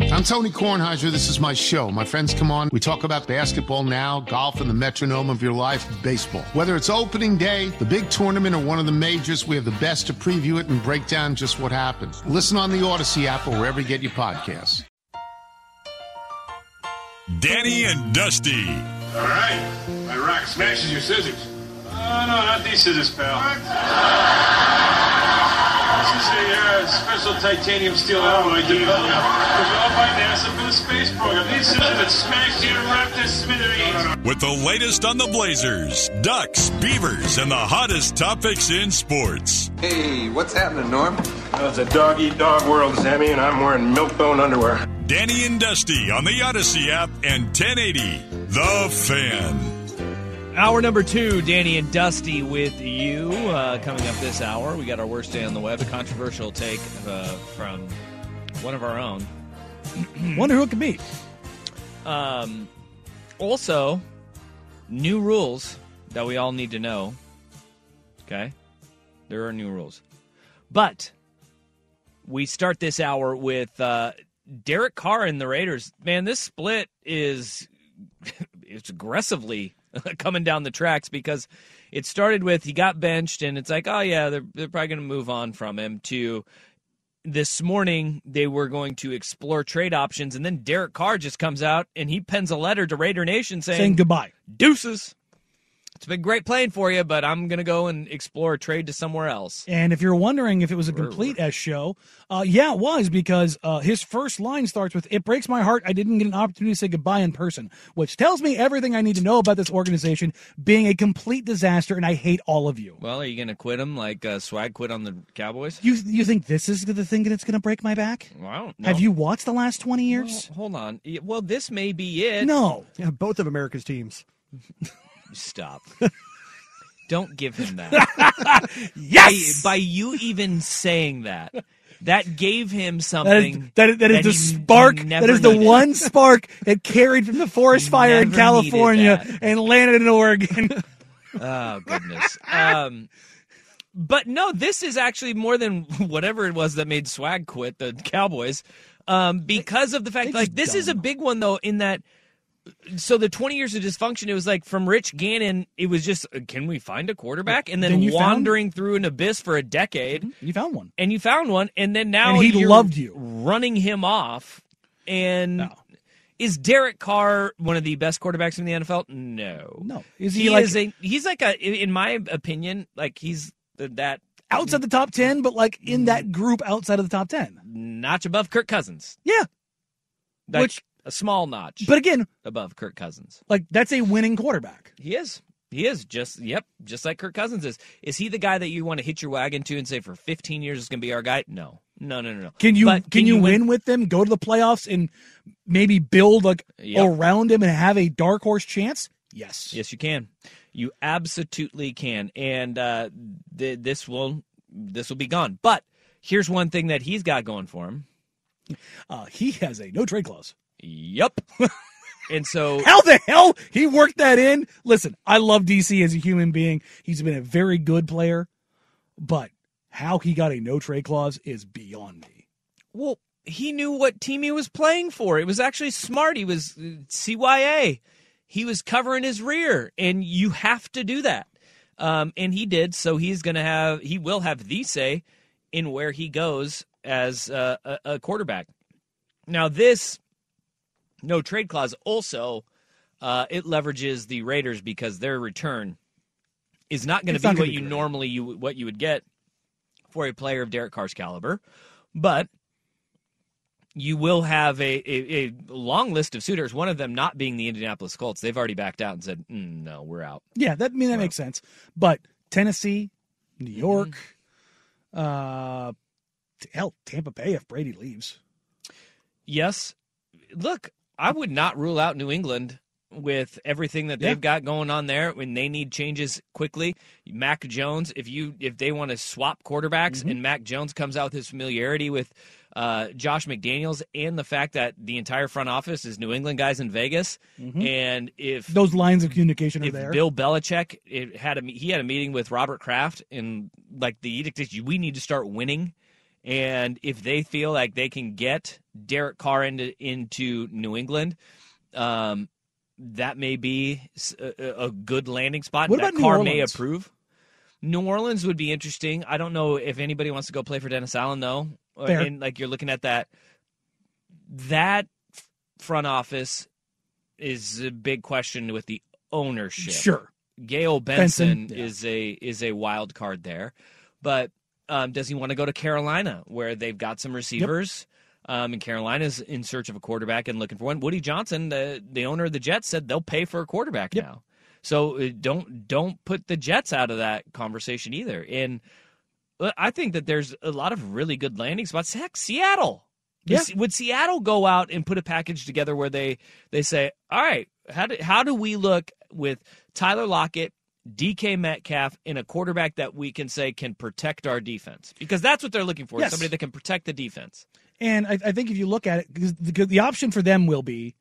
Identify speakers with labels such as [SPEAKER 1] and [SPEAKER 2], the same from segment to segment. [SPEAKER 1] I'm Tony Kornheiser. This is my show. My friends come on. We talk about basketball now, golf, and the metronome of your life, baseball. Whether it's opening day, the big tournament, or one of the majors, we have the best to preview it and break down just what happened. Listen on the Odyssey app or wherever you get your podcasts.
[SPEAKER 2] Danny and Dusty.
[SPEAKER 3] All right. My rock smashes your scissors. Oh, no, not these scissors, pal. This is a uh, special titanium steel alloy developed developed by NASA for the space program. These scissors that smash you and wrap this smithereens.
[SPEAKER 2] With the latest on the Blazers, Ducks, Beavers, and the hottest topics in sports.
[SPEAKER 4] Hey, what's happening, Norm?
[SPEAKER 3] it's a dog-eat-dog world, Sammy, and I'm wearing milk-bone underwear.
[SPEAKER 2] Danny and Dusty on the Odyssey app and 1080. The Fan.
[SPEAKER 5] Hour number two, Danny and Dusty with you. Uh, coming up this hour, we got our worst day on the web, a controversial take uh, from one of our own.
[SPEAKER 6] Wonder who it could be.
[SPEAKER 5] Um, also, new rules that we all need to know. Okay? There are new rules. But we start this hour with uh, Derek Carr and the Raiders. Man, this split is it's aggressively coming down the tracks because it started with he got benched and it's like, oh yeah, they're they're probably going to move on from him to this morning they were going to explore trade options and then Derek Carr just comes out and he pens a letter to Raider Nation saying,
[SPEAKER 6] Saying goodbye.
[SPEAKER 5] deuces. It's been great playing for you, but I'm going to go and explore a trade to somewhere else.
[SPEAKER 6] And if you're wondering if it was a complete S show, uh, yeah, it was because uh, his first line starts with "It breaks my heart I didn't get an opportunity to say goodbye in person," which tells me everything I need to know about this organization being a complete disaster, and I hate all of you.
[SPEAKER 5] Well, are you going to quit him like uh, Swag quit on the Cowboys?
[SPEAKER 6] You you think this is the thing that's going to break my back?
[SPEAKER 5] Well, I don't know.
[SPEAKER 6] Have you watched the last twenty
[SPEAKER 5] Well,
[SPEAKER 6] years?
[SPEAKER 5] hold on. Y- Well, this may be it.
[SPEAKER 6] no.
[SPEAKER 7] Yeah, both of America's teams.
[SPEAKER 5] Stop. don't give him that.
[SPEAKER 6] Yes.
[SPEAKER 5] by, by you even saying that, that gave him
[SPEAKER 6] That
[SPEAKER 5] something.
[SPEAKER 6] is, that is, that is the
[SPEAKER 5] he
[SPEAKER 6] spark.
[SPEAKER 5] never
[SPEAKER 6] That is the
[SPEAKER 5] needed.
[SPEAKER 6] one spark that carried from the forest fire in
[SPEAKER 5] never needed
[SPEAKER 6] California
[SPEAKER 5] that.
[SPEAKER 6] and landed in Oregon.
[SPEAKER 5] Oh goodness. um, but no, this is actually more than whatever it was that made Swag quit the Cowboys, um, because of the fact
[SPEAKER 6] they're
[SPEAKER 5] like
[SPEAKER 6] just
[SPEAKER 5] this is a
[SPEAKER 6] dumb.
[SPEAKER 5] big one though in that. So the 20 years of dysfunction, it was like from Rich Gannon, it was just uh, can we find a quarterback, and then,
[SPEAKER 6] Then you found-
[SPEAKER 5] wandering through an abyss for a decade,
[SPEAKER 6] you found one.
[SPEAKER 5] and you found one, and then now
[SPEAKER 6] And he
[SPEAKER 5] you're
[SPEAKER 6] loved you.
[SPEAKER 5] running him off, and.
[SPEAKER 6] No.
[SPEAKER 5] Is Derek Carr one of the best quarterbacks in the NFL? No.
[SPEAKER 6] No. Is
[SPEAKER 5] he,
[SPEAKER 6] he, like
[SPEAKER 5] is a he's like a in my opinion like he's th- that
[SPEAKER 6] outside the top ten, but like in that group outside of the top ten?
[SPEAKER 5] notch above Kirk Cousins.
[SPEAKER 6] Yeah.
[SPEAKER 5] Like,
[SPEAKER 6] Which-
[SPEAKER 5] a small notch
[SPEAKER 6] But again,
[SPEAKER 5] above Kirk Cousins.
[SPEAKER 6] like that's a winning quarterback.
[SPEAKER 5] He is. He is just yep, just like Kirk Cousins is. Is he the guy that you want to hit your wagon to and say for 15 years is going to be our guy? No. No, no, no, no.
[SPEAKER 6] Can you
[SPEAKER 5] But
[SPEAKER 6] can, you win, with them? Go to the playoffs and maybe build like
[SPEAKER 5] Yep.
[SPEAKER 6] around him and have a dark horse chance. Yes.
[SPEAKER 5] Yes, you can. You absolutely can, and uh, th- this will this will be gone. But here's one thing that he's got going for him.
[SPEAKER 6] Uh, he has a no trade clause.
[SPEAKER 5] Yep. and so
[SPEAKER 6] How the hell he worked that in? Listen, I love DC as a human being. He's been a very good player, but how he got a no trade clause is beyond me.
[SPEAKER 5] Well, he knew what team he was playing for. It was actually smart. He was uh, CYA. He was covering his rear, and you have to do that. Um, and he did. So he's going to have he will have the say in where he goes as uh, a, a quarterback. Now this no trade clause also uh, it leverages the Raiders because their return is not going to
[SPEAKER 6] It's
[SPEAKER 5] be
[SPEAKER 6] not
[SPEAKER 5] what
[SPEAKER 6] gonna be
[SPEAKER 5] you
[SPEAKER 6] great.
[SPEAKER 5] normally you what you would get for a player of Derek Carr's caliber, but you will have a, a, a long list of suitors. One of them not being the Indianapolis Colts. They've already backed out and said, mm, "No, we're out."
[SPEAKER 6] Yeah, that I mean that makes sense. But Tennessee, New
[SPEAKER 5] Mm-hmm.
[SPEAKER 6] York, uh, hell, Tampa Bay if Brady leaves.
[SPEAKER 5] Yes, look, I would not rule out New England with everything that
[SPEAKER 6] Yeah.
[SPEAKER 5] they've got going on there. When they need changes quickly, Mac Jones. If you if they want to swap quarterbacks and Mac Jones comes out with his familiarity with uh, Josh McDaniels and the fact that the entire front office is New England guys in Vegas, and if
[SPEAKER 6] Those lines of communication are
[SPEAKER 5] Mm-hmm. if
[SPEAKER 6] there.
[SPEAKER 5] Bill Belichick it had a me- he had a meeting with Robert Kraft and like the edict is you- we need to start winning And if they feel like they can get Derek Carr into, into New England, um, that may be s- a, a good landing spot.
[SPEAKER 6] What
[SPEAKER 5] that
[SPEAKER 6] about New
[SPEAKER 5] Carr may
[SPEAKER 6] Orleans?
[SPEAKER 5] approve. New Orleans would be interesting. I don't know if anybody wants to go play for Dennis Allen though. Or-
[SPEAKER 6] Fair.
[SPEAKER 5] And like you're looking at that, that f- front office is a big question with the ownership.
[SPEAKER 6] Sure.
[SPEAKER 5] Gail
[SPEAKER 6] Benson,
[SPEAKER 5] Benson,
[SPEAKER 6] yeah.
[SPEAKER 5] is a is a wild card there, but um, does he want to go to Carolina where they've got some receivers? Um, and Carolina's in search of a quarterback and looking for one. Woody Johnson, the the owner of the Jets, said they'll pay for a quarterback
[SPEAKER 6] Yep.
[SPEAKER 5] now. So uh, don't don't put the Jets out of that conversation either. And uh, I think that there's a lot of really good landing spots. Heck, Seattle.
[SPEAKER 6] Yeah.
[SPEAKER 5] Is- Would Seattle go out and put a package together where they they say, all right, how do, how do we look with Tyler Lockett, DK Metcalf, and a quarterback that we can say can protect our defense? Because that's what they're looking for, is
[SPEAKER 6] Yes.
[SPEAKER 5] somebody that can protect the defense.
[SPEAKER 6] And I, I think if you look at it, because the, the option for them will be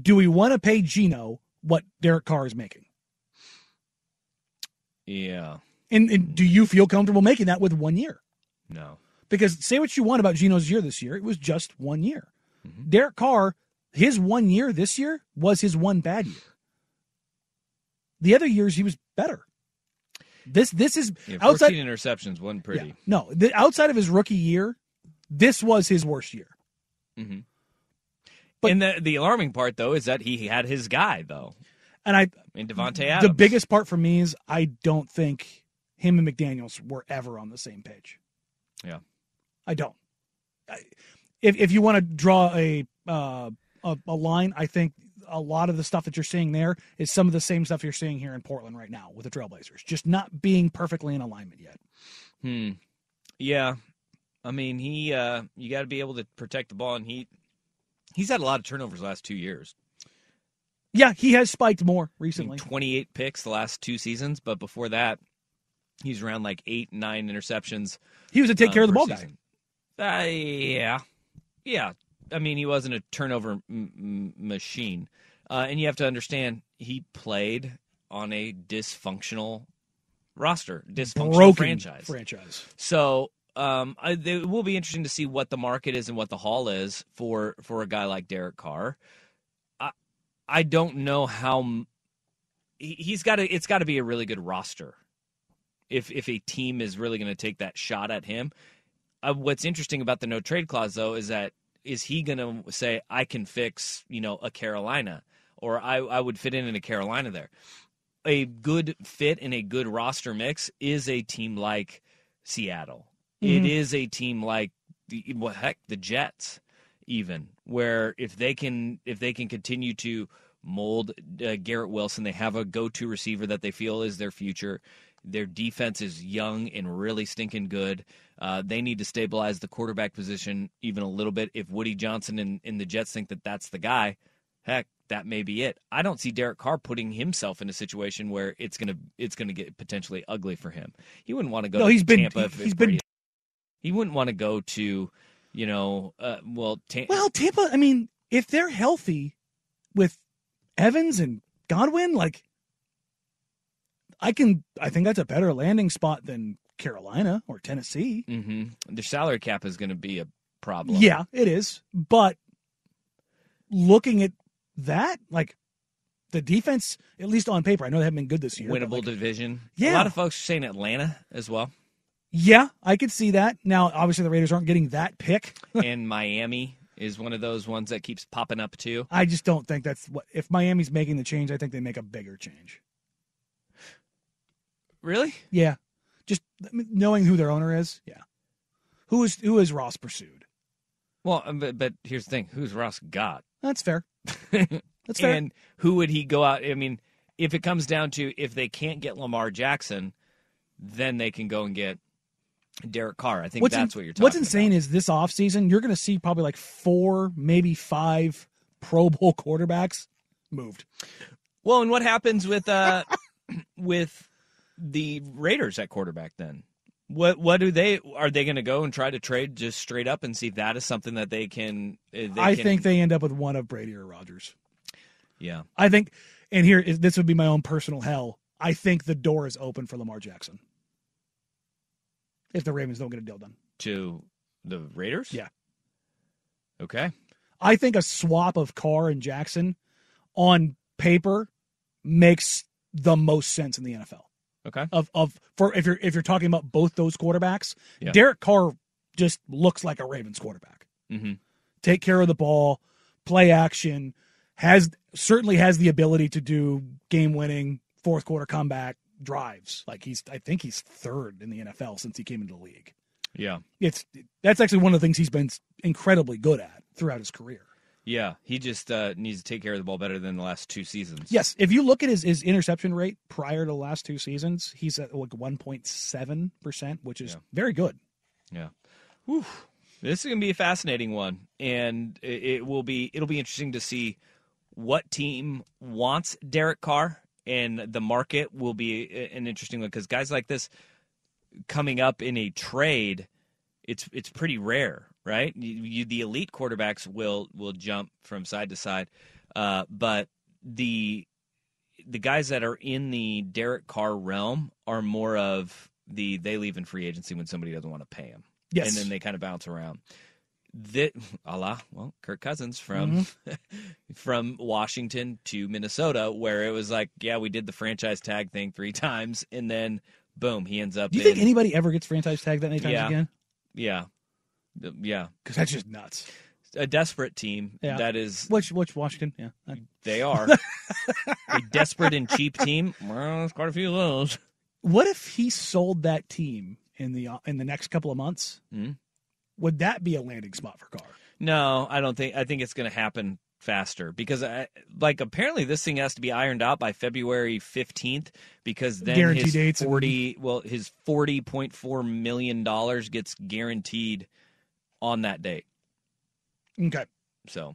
[SPEAKER 6] do we want to pay Gino what Derek Carr is making?
[SPEAKER 5] Yeah.
[SPEAKER 6] And, and do you feel comfortable making that with one year?
[SPEAKER 5] No.
[SPEAKER 6] Because say what you want about Gino's year this year, it was just one year.
[SPEAKER 5] Mm-hmm.
[SPEAKER 6] Derek Carr, his one year this year was his one bad year. The other years he was better. This this is
[SPEAKER 5] Yeah, 14
[SPEAKER 6] outside
[SPEAKER 5] interceptions, one pretty.
[SPEAKER 6] Yeah. No, the, outside of his rookie year, this was his worst year.
[SPEAKER 5] hmm
[SPEAKER 6] But-
[SPEAKER 5] and the, the alarming part, though, is that he had his guy, though,
[SPEAKER 6] And I
[SPEAKER 5] in Devontae Adams.
[SPEAKER 6] the biggest part for me is I don't think him and McDaniels were ever on the same page.
[SPEAKER 5] Yeah.
[SPEAKER 6] I don't. I, if if you want to draw a, uh, a a line, I think a lot of the stuff that you're seeing there is some of the same stuff you're seeing here in Portland right now with the Trailblazers, just not being perfectly in alignment yet.
[SPEAKER 5] Hmm. Yeah. I mean, he uh you got to be able to protect the ball and he he's had a lot of turnovers the last 2 years.
[SPEAKER 6] Yeah, he has spiked more
[SPEAKER 5] I mean,
[SPEAKER 6] recently.
[SPEAKER 5] 28 picks the last 2 seasons, but before that he's around like 8 9 interceptions.
[SPEAKER 6] He was a take
[SPEAKER 5] uh,
[SPEAKER 6] care of the
[SPEAKER 5] per
[SPEAKER 6] ball guy.
[SPEAKER 5] season. Uh, yeah. Yeah. I mean, he wasn't a turnover m- m- machine. Uh, and you have to understand he played on a dysfunctional roster, dysfunctional
[SPEAKER 6] Broken
[SPEAKER 5] franchise.
[SPEAKER 6] franchise.
[SPEAKER 5] So um, I, they- it will be interesting to see what the market is and what the haul is for for a guy like Derek Carr. I I don't know how m- he, he's got to. It's got to be a really good roster if if a team is really going to take that shot at him. Uh, what's interesting about the no trade clause though is that is he going to say I can fix you know a Carolina or I I would fit in in a Carolina there. A good fit and a good roster mix is a team like Seattle. It
[SPEAKER 6] Mhm.
[SPEAKER 5] is a team like the well, heck the Jets even where if they can if they can continue to mold uh, Garrett Wilson they have a go-to receiver that they feel is their future. Their defense is young and really stinking good. Uh, they need to stabilize the quarterback position even a little bit. If Woody Johnson and, and the Jets think that that's the guy, heck, that may be it. I don't see Derek Carr putting himself in a situation where it's gonna it's gonna get potentially ugly for him. He wouldn't want to go.
[SPEAKER 6] No,
[SPEAKER 5] to
[SPEAKER 6] he's been-
[SPEAKER 5] Tampa. if-
[SPEAKER 6] he's
[SPEAKER 5] if
[SPEAKER 6] been-
[SPEAKER 5] Brady- He wouldn't want to go to, you know, uh, well, Tam-
[SPEAKER 6] Well, Tampa, I mean, if they're healthy with Evans and Godwin, like I can I think that's a better landing spot than Carolina or Tennessee.
[SPEAKER 5] hmm their salary cap is going to be a problem.
[SPEAKER 6] Yeah, it is. But looking at that, like the defense, at least on paper, I know they haven't been good this year. but,
[SPEAKER 5] winnable
[SPEAKER 6] like,
[SPEAKER 5] division.
[SPEAKER 6] Yeah.
[SPEAKER 5] a lot of folks are saying Atlanta as well,
[SPEAKER 6] yeah, I could see that. Now, obviously, the Raiders aren't getting that pick.
[SPEAKER 5] and Miami is one of those ones that keeps popping up too.
[SPEAKER 6] I just don't think that's what. If Miami's making the change, I think they make a bigger change.
[SPEAKER 5] Really?
[SPEAKER 6] Yeah, just knowing who their owner is. Yeah, who is who is Ross pursued?
[SPEAKER 5] Well, um, but, but here's the thing: who's Ross got,
[SPEAKER 6] That's fair. That's fair.
[SPEAKER 5] and who would he go out? I mean, if it comes down to if they can't get Lamar Jackson, then they can go and get Derek Carr. I think
[SPEAKER 6] what's
[SPEAKER 5] that's
[SPEAKER 6] in-
[SPEAKER 5] what you're talking.
[SPEAKER 6] What's insane is this offseason, you're going to see probably like four, maybe five Pro Bowl quarterbacks moved.
[SPEAKER 5] Well, and what happens with uh with the Raiders at quarterback then? What what do they are they going to go and try to trade just straight up and see if that is something that they can? uh, They
[SPEAKER 6] I
[SPEAKER 5] can-
[SPEAKER 6] think they end up with one of Brady or Rogers.
[SPEAKER 5] yeah.
[SPEAKER 6] I think, and here is, this would be my own personal hell. I think the door is open for Lamar Jackson if the Ravens don't get a deal done.
[SPEAKER 5] to The Raiders?
[SPEAKER 6] Yeah.
[SPEAKER 5] Okay.
[SPEAKER 6] I think a swap of Carr and Jackson on paper makes the most sense in the NFL.
[SPEAKER 5] Okay.
[SPEAKER 6] Of of for if you're if you're talking about both those quarterbacks,
[SPEAKER 5] Yeah.
[SPEAKER 6] Derek Carr just looks like a Ravens quarterback.
[SPEAKER 5] Mm-hmm.
[SPEAKER 6] Take care of the ball, play action, has certainly has the ability to do game winning fourth quarter comeback drives. Like he's I think he's third in the NFL since he came into the league.
[SPEAKER 5] Yeah.
[SPEAKER 6] It's that's actually one of the things he's been incredibly good at throughout his career.
[SPEAKER 5] Yeah. He just uh, needs to take care of the ball better than the last two seasons.
[SPEAKER 6] Yes, if you look at his, his interception rate prior to the last two seasons, he's at like one point seven percent, which is
[SPEAKER 5] Yeah.
[SPEAKER 6] very good.
[SPEAKER 5] Yeah. Whew. This is going to be a fascinating one, and it, it will be it'll be interesting to see what team wants Derek Carr, and the market will be a- an interesting one because guys like this coming up in a trade, it's it's pretty rare, right? You, you, the elite quarterbacks will will jump from side to side, uh, but the the guys that are in the Derek Carr realm are more of the they leave in free agency when somebody doesn't want to pay them
[SPEAKER 6] Yes,
[SPEAKER 5] and then they kind of bounce around. That a la well, Kirk Cousins from
[SPEAKER 6] Mm-hmm.
[SPEAKER 5] from Washington to Minnesota, where it was like, yeah, we did the franchise tag thing three times, and then boom, he ends up.
[SPEAKER 6] do you think
[SPEAKER 5] in-
[SPEAKER 6] anybody ever gets franchise tagged that many times
[SPEAKER 5] Yeah.
[SPEAKER 6] again?
[SPEAKER 5] Yeah, Th- yeah,
[SPEAKER 6] Because that's just nuts.
[SPEAKER 5] a desperate team.
[SPEAKER 6] Yeah.
[SPEAKER 5] That is,
[SPEAKER 6] Which which Washington? Yeah, Uh, I-
[SPEAKER 5] they are a desperate and cheap team. Well, there's quite a few of those.
[SPEAKER 6] what if he sold that team in the uh, in the next couple of months?
[SPEAKER 5] Mhm.
[SPEAKER 6] Would that be a landing spot for Carr?
[SPEAKER 5] No, I don't think. I think it's going to happen faster because I like apparently this thing has to be ironed out by February fifteenth because then
[SPEAKER 6] Guarantee
[SPEAKER 5] his
[SPEAKER 6] dates and-
[SPEAKER 5] forty well his forty point four million dollars gets guaranteed on that date.
[SPEAKER 6] Okay,
[SPEAKER 5] So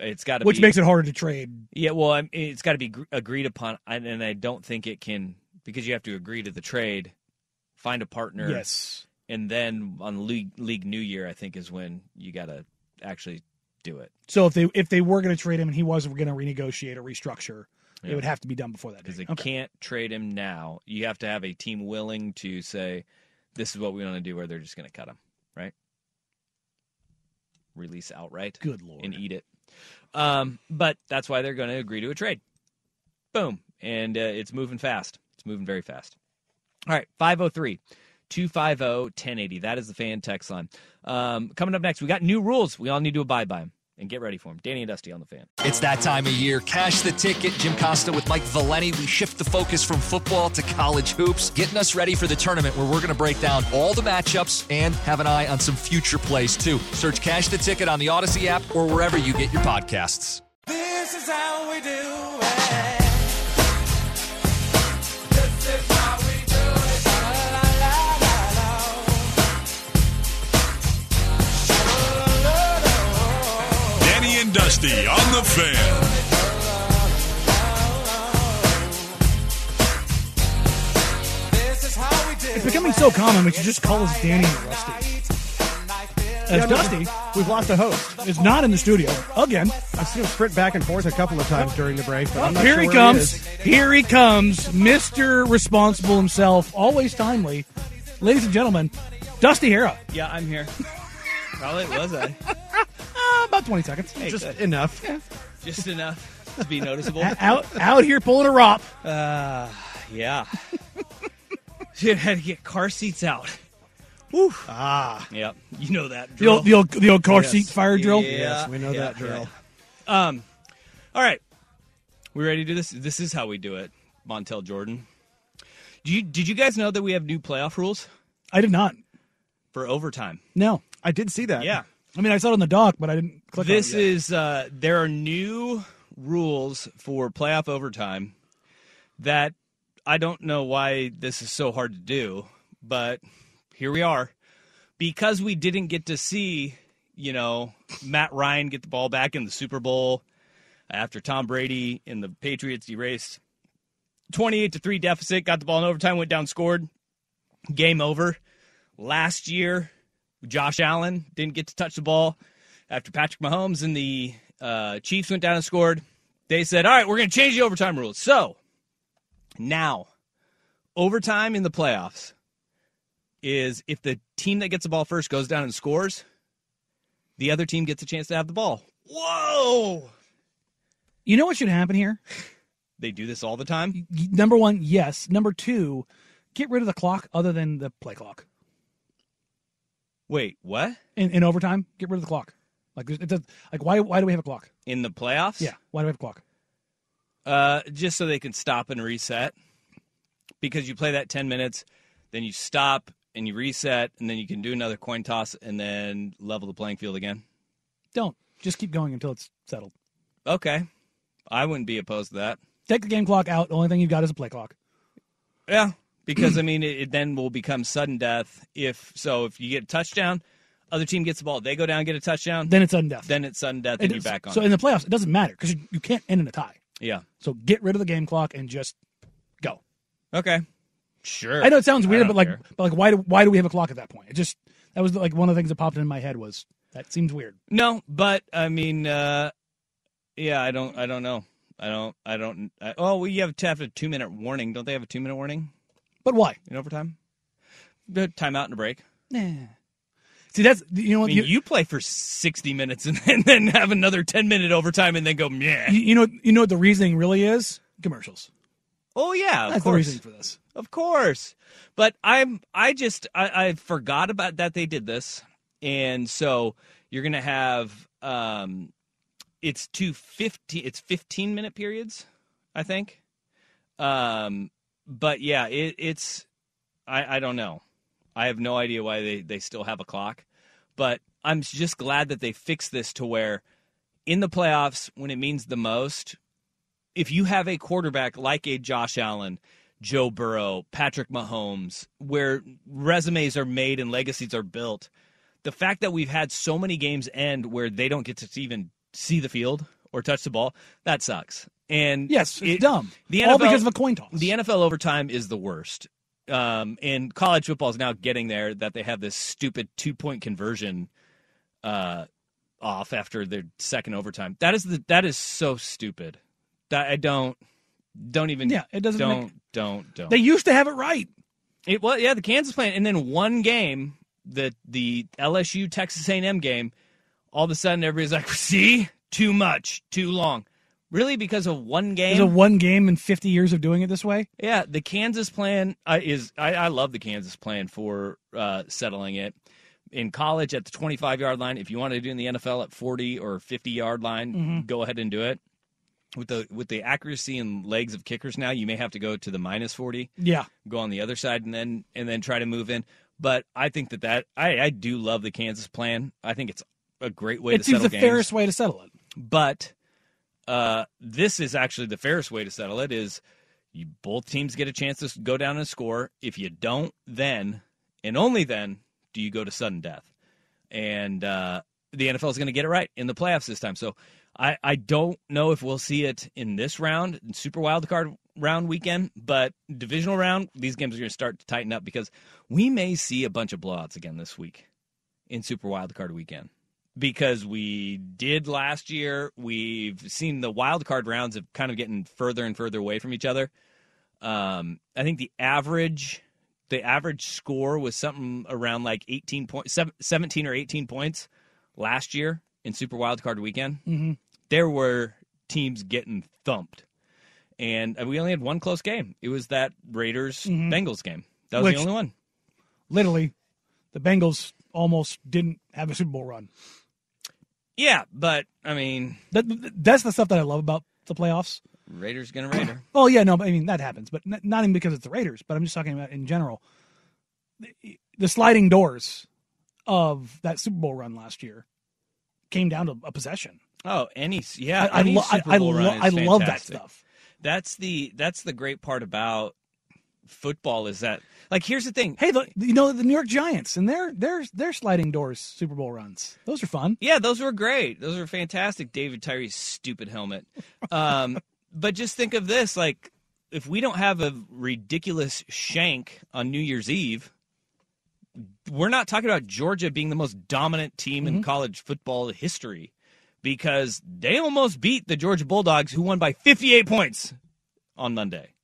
[SPEAKER 5] it's got to
[SPEAKER 6] which
[SPEAKER 5] be,
[SPEAKER 6] makes it harder to trade.
[SPEAKER 5] yeah. Well, I'm- it's got to be gr- agreed upon, and and I don't think it can because you have to agree to the trade, find a partner,
[SPEAKER 6] Yes,
[SPEAKER 5] and then on league league New Year I think is when you got to actually do it.
[SPEAKER 6] So if they if they were going to trade him and he wasn't going to renegotiate or restructure,
[SPEAKER 5] Yeah.
[SPEAKER 6] it would have to be done before that.
[SPEAKER 5] because
[SPEAKER 6] date.
[SPEAKER 5] they
[SPEAKER 6] Okay.
[SPEAKER 5] can't trade him now. You have to have a team willing to say, "This is what we want to do," or they're just going to cut him, right? Release outright
[SPEAKER 6] Good lord.
[SPEAKER 5] and eat it. Um, but that's why they're going to agree to a trade. Boom, and uh, it's moving fast. It's moving very fast. All right, 503 250 1080. oh, That is the fan text line. Um, coming up next, we got new rules. We all need to abide by them and get ready for them. Danny and Dusty on the fan.
[SPEAKER 7] It's that time of year. Cash the ticket. Jim Costa with Mike Valeni. We shift the focus from football to college hoops, getting us ready for the tournament where we're going to break down all the matchups and have an eye on some future plays too. Search Cash the Ticket on the Odyssey app or wherever you get your podcasts.
[SPEAKER 8] This is how we do it. This is how we do it. La, la, la, la, la.
[SPEAKER 2] Danny and Dusty on the fan.
[SPEAKER 8] This is how we do
[SPEAKER 6] It's becoming so common we should just call us Danny and Rusty.
[SPEAKER 9] Yeah,
[SPEAKER 6] As
[SPEAKER 9] no,
[SPEAKER 6] Dusty
[SPEAKER 9] We've lost a host.
[SPEAKER 6] is not in the studio again.
[SPEAKER 9] I've seen him sprint back and forth a couple of times during the break. But I'm not
[SPEAKER 6] Here
[SPEAKER 9] sure
[SPEAKER 6] he
[SPEAKER 9] where
[SPEAKER 6] comes.
[SPEAKER 9] is.
[SPEAKER 6] Here he comes, Mr. Responsible himself, always timely. Ladies and gentlemen, Dusty Uh, Hera.
[SPEAKER 5] Yeah, I'm here. Probably was I.
[SPEAKER 6] Ah, about 20 seconds.
[SPEAKER 9] Just enough.
[SPEAKER 5] just enough to be noticeable.
[SPEAKER 6] out out here pulling a romp.
[SPEAKER 5] yeah. Should have had to get car seats out. Woo.
[SPEAKER 9] Ah,
[SPEAKER 5] Yep. You know that
[SPEAKER 6] The
[SPEAKER 5] drill.
[SPEAKER 6] old, the old, the old car seat fire drill.
[SPEAKER 5] Yeah.
[SPEAKER 9] yes, we know
[SPEAKER 5] yeah,
[SPEAKER 9] that drill.
[SPEAKER 5] Um. All right. We ready to do this? This is how we do it, Montel Jordan. Do you, did you guys know that we have new playoff rules
[SPEAKER 6] I did not.
[SPEAKER 5] for overtime?
[SPEAKER 6] No.
[SPEAKER 9] I did see that.
[SPEAKER 5] Yeah.
[SPEAKER 6] I mean, I saw it on the dock, but I didn't click on it.
[SPEAKER 5] This is uh, there are new rules for playoff overtime that I don't know why this is so hard to do, but here we are because we didn't get to see you know Matt Ryan get the ball back in the Super Bowl after Tom Brady and the Patriots erased twenty eight to three deficit, got the ball in overtime, went down, scored, game over. Last year, Josh Allen didn't get to touch the ball after Patrick Mahomes and the uh, Chiefs went down and scored, they said, all right, we're going to change the overtime rules. So now, overtime in the playoffs is if the team that gets the ball first goes down and scores, the other team gets a chance to have the ball. Whoa!
[SPEAKER 6] You know what should happen here?
[SPEAKER 5] They do this all the time.
[SPEAKER 6] Y- Number one, yes. Number two, get rid of the clock other than the play clock.
[SPEAKER 5] Wait, what?
[SPEAKER 6] In, in overtime, get rid of the clock. Like, there's- it does, like why why do we have a clock?
[SPEAKER 5] In the playoffs?
[SPEAKER 6] Yeah, why do we have a clock?
[SPEAKER 5] Uh, just so they can stop and reset. Because you play that 10 minutes, then you stop and you reset, and then you can do another coin toss and then level the playing field again.
[SPEAKER 6] Don't just keep going until it's settled.
[SPEAKER 5] Okay. I wouldn't be opposed to that.
[SPEAKER 6] Take the game clock out. The only thing you've got is a play clock.
[SPEAKER 5] Yeah, because I mean, it, it then will become sudden death. If so, if you get a touchdown, other team gets the ball, they go down, get a touchdown, then,
[SPEAKER 6] Then it's sudden death.
[SPEAKER 5] it's sudden death,
[SPEAKER 6] It
[SPEAKER 5] and you
[SPEAKER 6] is-
[SPEAKER 5] back on.
[SPEAKER 6] So in the playoffs, it doesn't matter because you, you can't end in a tie.
[SPEAKER 5] yeah.
[SPEAKER 6] So get rid of the game clock and just go.
[SPEAKER 5] Okay. Sure.
[SPEAKER 6] I know it sounds weird,
[SPEAKER 5] don't
[SPEAKER 6] but like,
[SPEAKER 5] care.
[SPEAKER 6] but like, why do why do we have a clock at that point? It just that was like one of the things that popped in my head was that seems weird.
[SPEAKER 5] no, but I mean, uh, yeah, I don't, I don't know, I don't, I don't. I, oh, well, you have to have a two minute warning. Don't they have a two minute warning
[SPEAKER 6] But why?
[SPEAKER 5] in overtime? The timeout and a break.
[SPEAKER 6] Nah. See, that's you know
[SPEAKER 5] I
[SPEAKER 6] what
[SPEAKER 5] mean,
[SPEAKER 6] you,
[SPEAKER 5] you, play for sixty minutes and, and then have another ten minute overtime and then go, yeah.
[SPEAKER 6] you you know you know what the reasoning really is commercials.
[SPEAKER 5] Oh yeah, of
[SPEAKER 6] That's the
[SPEAKER 5] course.
[SPEAKER 6] reasoning for this.
[SPEAKER 5] Of course. But I'm I just I, I forgot about that they did this. And so you're gonna have um it's two fifteen it's fifteen minute periods, I think. Um but yeah, it, it's I, I don't know. I have no idea why they, they still have a clock. But I'm just glad that they fixed this to where in the playoffs when it means the most, if you have a quarterback like a Josh Allen, Joe Burrow, Patrick Mahomes, where resumes are made and legacies are built, the fact that we've had so many games end where they don't get to even see the field or touch the ball, that sucks. And
[SPEAKER 6] Yes, it's
[SPEAKER 5] it-
[SPEAKER 6] dumb.
[SPEAKER 5] The
[SPEAKER 6] All
[SPEAKER 5] NFL
[SPEAKER 6] because of a coin toss.
[SPEAKER 5] the NFL overtime is the worst. Um, and college football is now getting there that they have this stupid two point conversion uh, off after their second overtime. That is the that is so stupid. That I don't don't even
[SPEAKER 6] Yeah, it doesn't
[SPEAKER 5] don't
[SPEAKER 6] make-
[SPEAKER 5] don't don't.
[SPEAKER 6] They used to have it right.
[SPEAKER 5] It was yeah, the Kansas plan, and then one game, the the LSU Texas A&M game, all of a sudden everybody's like, see, too much, too long, really because of one game.
[SPEAKER 6] There's a one game in 50 years of doing it this way.
[SPEAKER 5] Yeah, the Kansas plan uh, is I, I love the Kansas plan for uh, settling it in college at the 25 yard line. If you want to do it in the NFL at 40 or 50 yard line, go ahead and do it. With the with the accuracy and legs of kickers now, you may have to go to the minus 40,
[SPEAKER 6] Yeah,
[SPEAKER 5] go on the other side, and then and then try to move in. But I think that that I, I do love the Kansas plan. I think it's a great way
[SPEAKER 6] it
[SPEAKER 5] to
[SPEAKER 6] seems
[SPEAKER 5] settle
[SPEAKER 6] the
[SPEAKER 5] games
[SPEAKER 6] fairest way to settle it.
[SPEAKER 5] but uh, this is actually the fairest way to settle it is you both teams get a chance to s- go down and score if you don't then and only then do you go to sudden death and uh, the nfl is going to get it right in the playoffs this time so I, I don't know if we'll see it in this round in super wild card round weekend but divisional round these games are going to start to tighten up because we may see a bunch of blowouts again this week in super wild card weekend because we did last year. We've seen the wild card rounds of kind of getting further and further away from each other. Um, I think the average the average score was something around like 18 point, sev- 17 or 18 points last year in Super Wild Card Weekend. Mm-hmm. There were teams getting thumped. And uh, we only had one close game. It was that Raiders Bengals game. That was
[SPEAKER 6] Which-
[SPEAKER 5] the only one.
[SPEAKER 6] Literally, the Bengals almost didn't have a Super Bowl run.
[SPEAKER 5] Yeah, but I mean,
[SPEAKER 6] That, that's the stuff that I love about the playoffs.
[SPEAKER 5] Raiders gonna Raider.
[SPEAKER 6] Oh yeah, no, but I mean that happens, but n- not even because it's the Raiders. But I'm just talking about in general, the, the sliding doors of that Super Bowl run last year came down to a possession.
[SPEAKER 5] Oh, any yeah,
[SPEAKER 6] I, I,
[SPEAKER 5] any
[SPEAKER 6] lo- I,
[SPEAKER 5] Super
[SPEAKER 6] I,
[SPEAKER 5] Bowl
[SPEAKER 6] lo-
[SPEAKER 5] run is
[SPEAKER 6] I love that
[SPEAKER 5] fantastic.
[SPEAKER 6] stuff.
[SPEAKER 5] That's the that's the great part about football is that like here's the thing.
[SPEAKER 6] Hey, the, you know the New York Giants and their their their sliding doors Super Bowl runs. Those are fun.
[SPEAKER 5] Yeah, those were great. Those were fantastic. David Tyree's stupid helmet. Um, but just think of this: like, if we don't have a ridiculous shank on New Year's Eve, we're not talking about Georgia being the most dominant team in college football history because they almost beat the Georgia Bulldogs, who won by 58 points on Monday.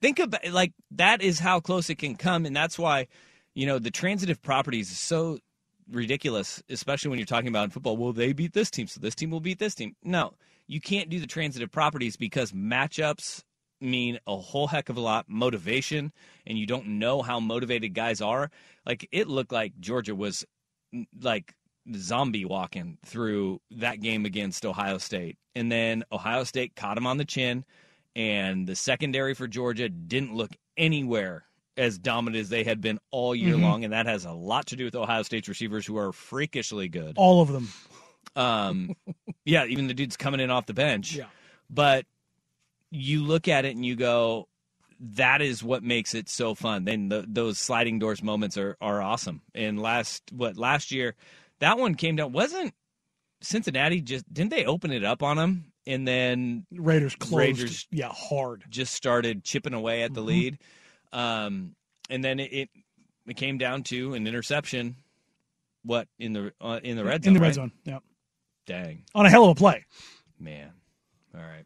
[SPEAKER 5] Think about like that is how close it can come, and that's why you you know, the transitive properties is so ridiculous, especially when you're talking about in football. Well, they beat this team, so this team will beat this team. No, you can't do the transitive properties because matchups mean a whole heck of a lot motivation, and you don't know how motivated guys are. Like it looked like Georgia was mm, like zombie walking through that game against Ohio State, and then Ohio State caught him on the chin, and the secondary for Georgia didn't look anywhere as dominant as they had been all year long, and that has a lot to do with Ohio State's receivers who are freakishly good.
[SPEAKER 6] All of them.
[SPEAKER 5] Um, yeah, even the dudes coming in off the bench.
[SPEAKER 6] Yeah.
[SPEAKER 5] But you look at it and you go, that is what makes it so fun. Then the, those sliding doors moments are are awesome. And last what last year, that one came down. Wasn't Cincinnati just didn't they open it up on them and then
[SPEAKER 6] Raiders closed.
[SPEAKER 5] Raiders-
[SPEAKER 6] Yeah, hard.
[SPEAKER 5] just started chipping away at the lead. Um, and then it, it it came down to an interception. What in the uh, in the red zone?
[SPEAKER 6] In the red
[SPEAKER 5] right?
[SPEAKER 6] zone. Yeah.
[SPEAKER 5] Dang
[SPEAKER 6] On a hell of a play.
[SPEAKER 5] man. All right.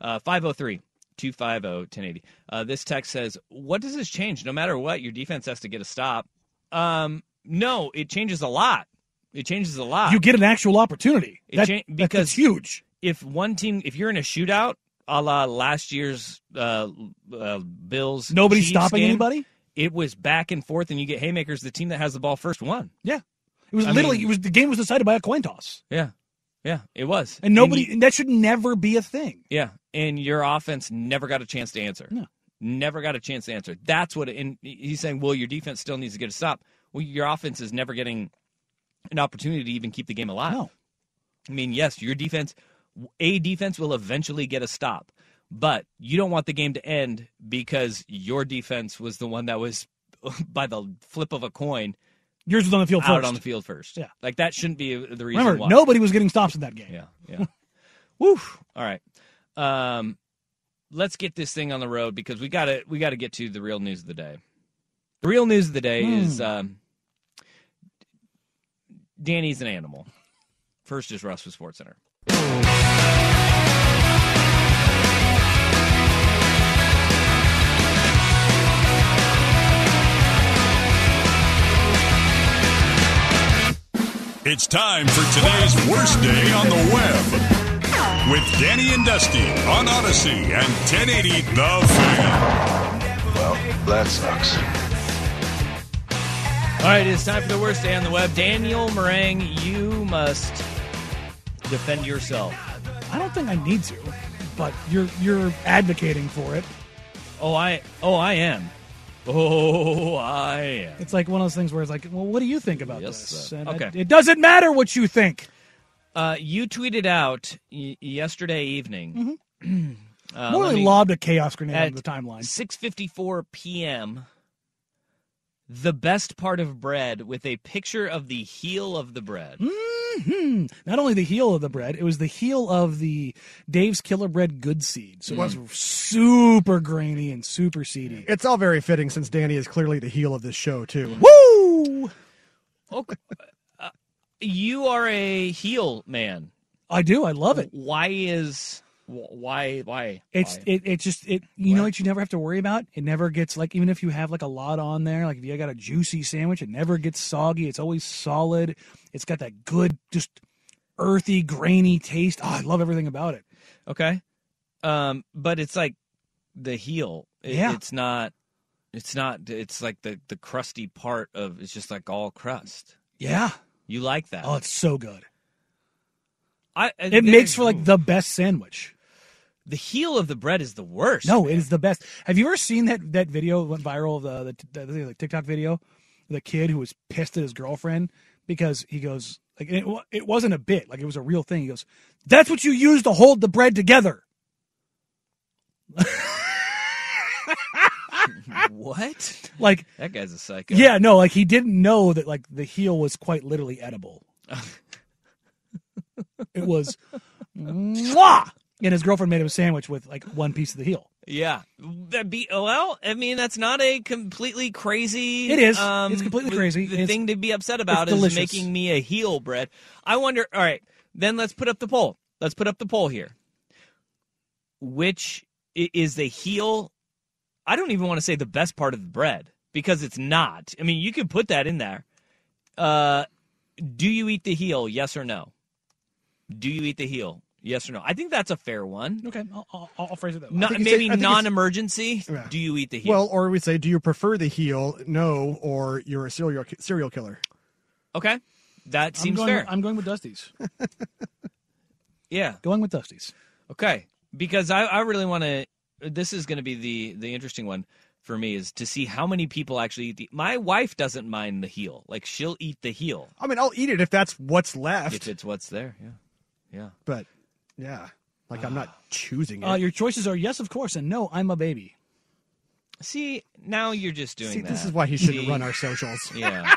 [SPEAKER 5] Uh, 503 250 1080. Uh, this text says, What does this change? No matter what, your defense has to get a stop. Um, no, it changes a lot. It changes a lot.
[SPEAKER 6] You get an actual opportunity.
[SPEAKER 5] It
[SPEAKER 6] That,
[SPEAKER 5] cha-
[SPEAKER 6] that-
[SPEAKER 5] because-
[SPEAKER 6] that's huge.
[SPEAKER 5] if one team, if you're in a shootout, a la last year's uh, uh, Bills,
[SPEAKER 6] Nobody's
[SPEAKER 5] Chiefs
[SPEAKER 6] stopping
[SPEAKER 5] game,
[SPEAKER 6] anybody.
[SPEAKER 5] It was back and forth, and you get haymakers. The team that has the ball first won.
[SPEAKER 6] Yeah. It was
[SPEAKER 5] I
[SPEAKER 6] literally
[SPEAKER 5] mean-
[SPEAKER 6] it was the game was decided by a coin toss.
[SPEAKER 5] Yeah, yeah, it was.
[SPEAKER 6] And nobody
[SPEAKER 5] you-
[SPEAKER 6] and that should never be a thing.
[SPEAKER 5] Yeah, and your offense never got a chance to answer.
[SPEAKER 6] No.
[SPEAKER 5] Never got a chance to answer. That's what. And he's saying, well, your defense still needs to get a stop. Well, your offense is never getting an opportunity to even keep the game alive.
[SPEAKER 6] No.
[SPEAKER 5] I mean, yes, your defense, a defense will eventually get a stop, but you don't want the game to end because your defense was the one that was by the flip of a coin
[SPEAKER 6] Yours was on the field
[SPEAKER 5] out
[SPEAKER 6] first.
[SPEAKER 5] on the field first.
[SPEAKER 6] Yeah.
[SPEAKER 5] like that shouldn't be the reason.
[SPEAKER 6] Remember,
[SPEAKER 5] why.
[SPEAKER 6] nobody was getting stops in that game.
[SPEAKER 5] Yeah, yeah. Woo. All right. Um, let's get this thing on the road because we got to we got to get to the real news of the day. The real news of the day is um, Danny's an animal. First is Russ with Sports Center.
[SPEAKER 2] It's time for today's worst day on the web with Danny and Dusty on Odyssey and 1080 The Fan.
[SPEAKER 4] That sucks.
[SPEAKER 5] All right, it's time for the worst day on the web. Daniel Meringue, you must defend yourself.
[SPEAKER 6] I don't think I need to, but you're you're advocating for it.
[SPEAKER 5] Oh, I oh I am. Oh, I am.
[SPEAKER 6] It's like one of those things where it's like, well, what do you think about
[SPEAKER 5] Yes,
[SPEAKER 6] this?
[SPEAKER 5] sir.
[SPEAKER 6] And
[SPEAKER 5] Okay.
[SPEAKER 6] it, it doesn't matter what you think.
[SPEAKER 5] Uh, you tweeted out y- yesterday evening. uh,
[SPEAKER 6] Morley
[SPEAKER 5] let me-
[SPEAKER 6] lobbed a chaos grenade
[SPEAKER 5] at
[SPEAKER 6] on the timeline.
[SPEAKER 5] 6:54 p.m. The best part of bread with a picture of the heel of the bread.
[SPEAKER 6] Hmm. Not only the heel of the bread, it was the heel of the Dave's Killer Bread good seed. So it
[SPEAKER 5] Mm.
[SPEAKER 6] was super grainy and super seedy.
[SPEAKER 9] It's all very fitting since Danny is clearly the heel of this show too.
[SPEAKER 6] Woo!
[SPEAKER 5] Okay. Uh, you are a heel man.
[SPEAKER 6] I do. I love it.
[SPEAKER 5] Why is wh- why why?
[SPEAKER 6] It's
[SPEAKER 5] why?
[SPEAKER 6] it, it just it you know what you never have to worry about. It never gets like even if you have like a lot on there, like if you got a juicy sandwich, it never gets soggy. It's always solid. It's got that good just earthy grainy taste. Oh, I love everything about it.
[SPEAKER 5] okay. Um but it's like the heel. It-
[SPEAKER 6] Yeah.
[SPEAKER 5] It's not it's not it's like the the crusty part of it's just like all crust.
[SPEAKER 6] Yeah.
[SPEAKER 5] You like that.
[SPEAKER 6] Oh, it's so good.
[SPEAKER 5] I, I-
[SPEAKER 6] It makes for like the best sandwich.
[SPEAKER 5] the heel of the bread is the worst.
[SPEAKER 6] No, it is the best. Have you ever seen that that video that went viral of the the, the, the TikTok video? The kid who was pissed at his girlfriend because he goes like and it, wa- it wasn't a bit, like it was a real thing. He goes, "That's what you use to hold the bread together."
[SPEAKER 5] What?
[SPEAKER 6] Like
[SPEAKER 5] That guy's a psycho.
[SPEAKER 6] yeah, no, like he didn't know that like the heel was quite literally edible. it was mwah! and his girlfriend made him a sandwich with like one piece of the heel.
[SPEAKER 5] Yeah. That be well, I mean, that's not a completely crazy um,
[SPEAKER 6] It is. It's completely
[SPEAKER 5] the-
[SPEAKER 6] crazy.
[SPEAKER 5] The
[SPEAKER 6] It's-
[SPEAKER 5] thing to be upset about
[SPEAKER 6] it's
[SPEAKER 5] is
[SPEAKER 6] delicious.
[SPEAKER 5] making me a heel bread. I wonder all right, then let's put up the poll. Let's put up the poll here. Which i- is the heel I don't even want to say the best part of the bread. because it's not. I mean, you can put that in there. Uh, do you eat the heel? Yes or no? Do you eat the heel? Yes or no? I think that's a fair one.
[SPEAKER 6] Okay, I'll, I'll, I'll phrase it that way.
[SPEAKER 5] No,
[SPEAKER 9] think it's a-
[SPEAKER 5] maybe
[SPEAKER 9] I think it's-
[SPEAKER 5] non-emergency.
[SPEAKER 9] Yeah.
[SPEAKER 5] Do you eat the heel?
[SPEAKER 9] Well, or we say, do you prefer the heel? No, or you're a serial serial killer.
[SPEAKER 5] okay, that
[SPEAKER 6] I'm
[SPEAKER 5] seems
[SPEAKER 6] going-
[SPEAKER 5] fair.
[SPEAKER 6] I'm going with Dusty's.
[SPEAKER 5] yeah.
[SPEAKER 6] going with Dusty's.
[SPEAKER 5] Okay, because I, I really want to. This is going to be the the interesting one for me is to see how many people actually eat the. My wife doesn't mind the heel; like she'll eat the heel
[SPEAKER 9] I mean, I'll eat it if that's what's left.
[SPEAKER 5] if it's what's there. Yeah, yeah.
[SPEAKER 9] but yeah, like I'm not choosing it.
[SPEAKER 6] Uh, your choices are yes, of course, and no, I'm a baby.
[SPEAKER 5] See, now you're just doing
[SPEAKER 9] See,
[SPEAKER 5] that.
[SPEAKER 9] this is why he shouldn't
[SPEAKER 5] See?
[SPEAKER 9] run our socials.
[SPEAKER 5] Yeah.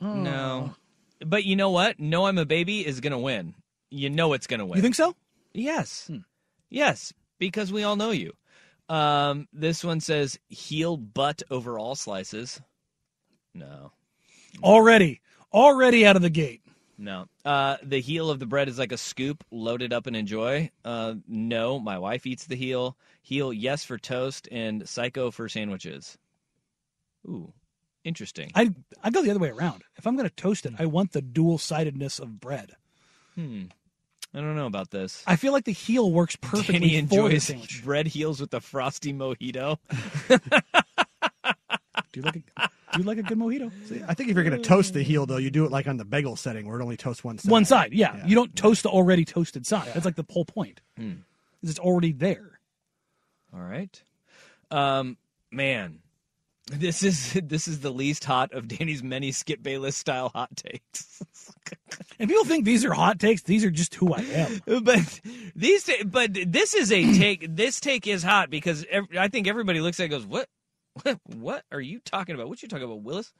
[SPEAKER 5] no, but you know what? No, I'm a baby is going to win. You know it's going to win.
[SPEAKER 6] You think so?
[SPEAKER 5] Yes.
[SPEAKER 6] Hmm.
[SPEAKER 5] Yes, because we all know you. Um, this one says heel butt over all slices. No,
[SPEAKER 6] Already, already out of the gate.
[SPEAKER 5] no. Uh, the heel of the bread is like a scoop. Load it up and enjoy. Uh, no, my wife eats the heel. Heel, yes for toast and psycho for sandwiches. Ooh, interesting.
[SPEAKER 6] I I go the other way around. If I'm going to toast it, I want the dual sidedness of bread.
[SPEAKER 5] Hmm. I don't know about this.
[SPEAKER 6] I feel like the heel works perfectly
[SPEAKER 5] Danny
[SPEAKER 6] for the
[SPEAKER 5] enjoys
[SPEAKER 6] sandwich.
[SPEAKER 5] bread heels with a frosty mojito.
[SPEAKER 6] Do you like a, do you like a good mojito?
[SPEAKER 9] I think if you're gonna toast the heel, though, you do it like on the bagel setting, where it only toasts one side.
[SPEAKER 6] One side, yeah. You don't toast the already toasted side. That's like the whole point.
[SPEAKER 5] Hmm.
[SPEAKER 6] Is It's already there.
[SPEAKER 5] All right. Um, man, this is this is the least hot of Danny's many Skip Bayless style hot takes.
[SPEAKER 6] And people think these are hot takes. These are just who I am.
[SPEAKER 5] but these, but this is a take. This take is hot because ev- I think everybody looks at it and goes, "What? What, what are you talking about? What you talking about, Willis?"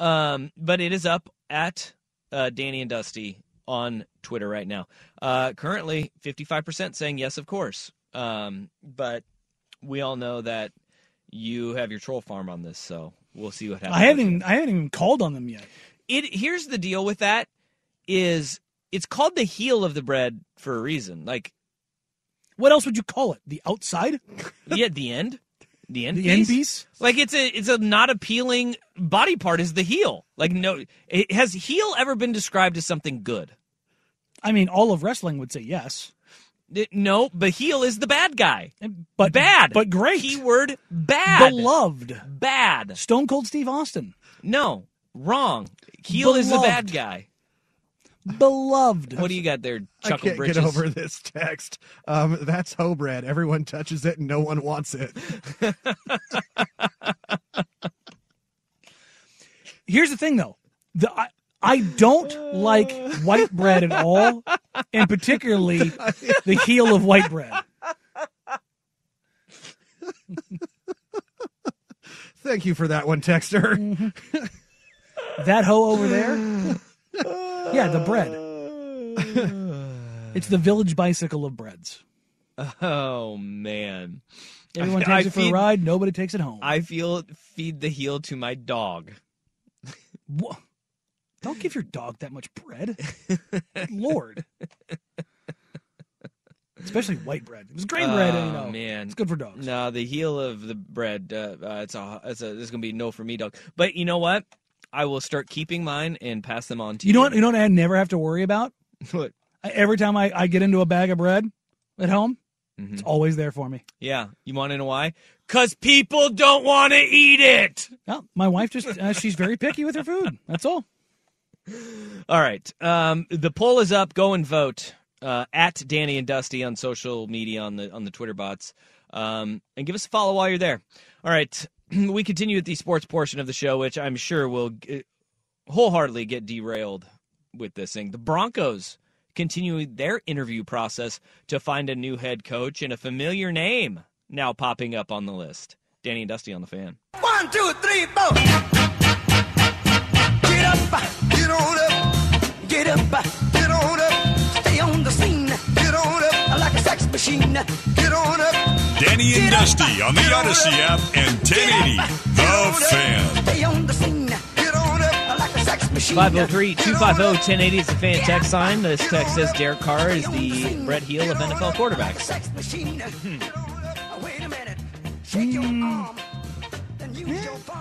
[SPEAKER 5] Um, but it is up at uh, Danny and Dusty on Twitter right now. Uh, currently, fifty-five percent saying yes, of course. Um, but we all know that you have your troll farm on this, so we'll see what happens.
[SPEAKER 6] I haven't even, I haven't even called on them yet.
[SPEAKER 5] It here's the deal with that is it's called the heel of the bread for a reason. Like
[SPEAKER 6] What else would you call it? The outside,
[SPEAKER 5] yeah, the end, the end,
[SPEAKER 6] the
[SPEAKER 5] piece?
[SPEAKER 6] end piece.
[SPEAKER 5] Like it's a it's a not appealing body part is the heel. Like no, it, has heel ever been described as something good?
[SPEAKER 6] I mean, all of wrestling would say yes,
[SPEAKER 5] It- no, but heel is the bad guy.
[SPEAKER 6] And- but
[SPEAKER 5] bad,
[SPEAKER 6] but great,
[SPEAKER 5] Keyword bad.
[SPEAKER 6] beloved.
[SPEAKER 5] bad.
[SPEAKER 6] Stone Cold Steve Austin,
[SPEAKER 5] No, wrong. Heel is the
[SPEAKER 6] Beloved.
[SPEAKER 5] bad guy.
[SPEAKER 6] beloved.
[SPEAKER 5] What do you got there,
[SPEAKER 9] I
[SPEAKER 5] Chuckle
[SPEAKER 9] can't
[SPEAKER 5] Bridges?
[SPEAKER 9] get over this text. Um, that's hoe bread. Everyone touches it, and no one wants it.
[SPEAKER 6] Here's the thing, though. The, I, I don't like white bread at all, and particularly the heel of white bread.
[SPEAKER 9] Thank you for that one, texter.
[SPEAKER 6] That hoe over there. Yeah, the bread. It's the village bicycle of breads.
[SPEAKER 5] Oh man,
[SPEAKER 6] Everyone takes
[SPEAKER 5] I
[SPEAKER 6] it for
[SPEAKER 5] feed-
[SPEAKER 6] a ride. Nobody takes it home.
[SPEAKER 5] I feel feed the heel to my dog.
[SPEAKER 6] Wha- Don't give your dog that much bread. Good Lord. Especially white bread. It was grain bread, and, you
[SPEAKER 5] Oh,
[SPEAKER 6] know.
[SPEAKER 5] man.
[SPEAKER 6] It's good for dogs.
[SPEAKER 5] No, the heel of the bread. Uh, uh, it's a. It's a. This is gonna be no for me, dog. But you know what? I will start keeping mine and pass them on to you.
[SPEAKER 6] You know what? You know what I never have to worry about?
[SPEAKER 5] What?
[SPEAKER 6] I, every time I, I get into a bag of bread at home,
[SPEAKER 5] Mhm.
[SPEAKER 6] it's always there for me.
[SPEAKER 5] Yeah. You want to know why? Cause people don't want to eat it.
[SPEAKER 6] Well, my wife just uh, she's very picky with her food. That's all.
[SPEAKER 5] All right. Um, the poll is up. Go and vote uh, at Danny and Dusty on social media on the on the Twitter bots, um, and give us a follow while you're there. All right. we continue with the sports portion of the show, which I'm sure will g- uh, wholeheartedly get derailed with this thing. The Broncos continue their interview process to find a new head coach and a familiar name now popping up on the list. Danny and Dusty on the fan.
[SPEAKER 8] One, two, three, four. Get up,
[SPEAKER 4] Get on up,
[SPEAKER 8] get up,
[SPEAKER 4] get on up,
[SPEAKER 8] stay on the scene
[SPEAKER 4] get on up,
[SPEAKER 8] like a sex machine.
[SPEAKER 4] get on up.
[SPEAKER 2] Danny and
[SPEAKER 8] Get up.
[SPEAKER 2] Dusty on the Odyssey app and 1080 The Fan.
[SPEAKER 8] Stay on the scene
[SPEAKER 4] Get on up,
[SPEAKER 8] like a sex machine.
[SPEAKER 5] 503-250-1080 is the fan text sign. This text says Derek Carr is
[SPEAKER 8] Stay
[SPEAKER 5] the
[SPEAKER 8] on
[SPEAKER 5] Brett Heel of
[SPEAKER 8] scene
[SPEAKER 5] NFL
[SPEAKER 8] Like a
[SPEAKER 5] quarterbacks.
[SPEAKER 8] sex machine. Get on up. Wait a minute. Shake your arm.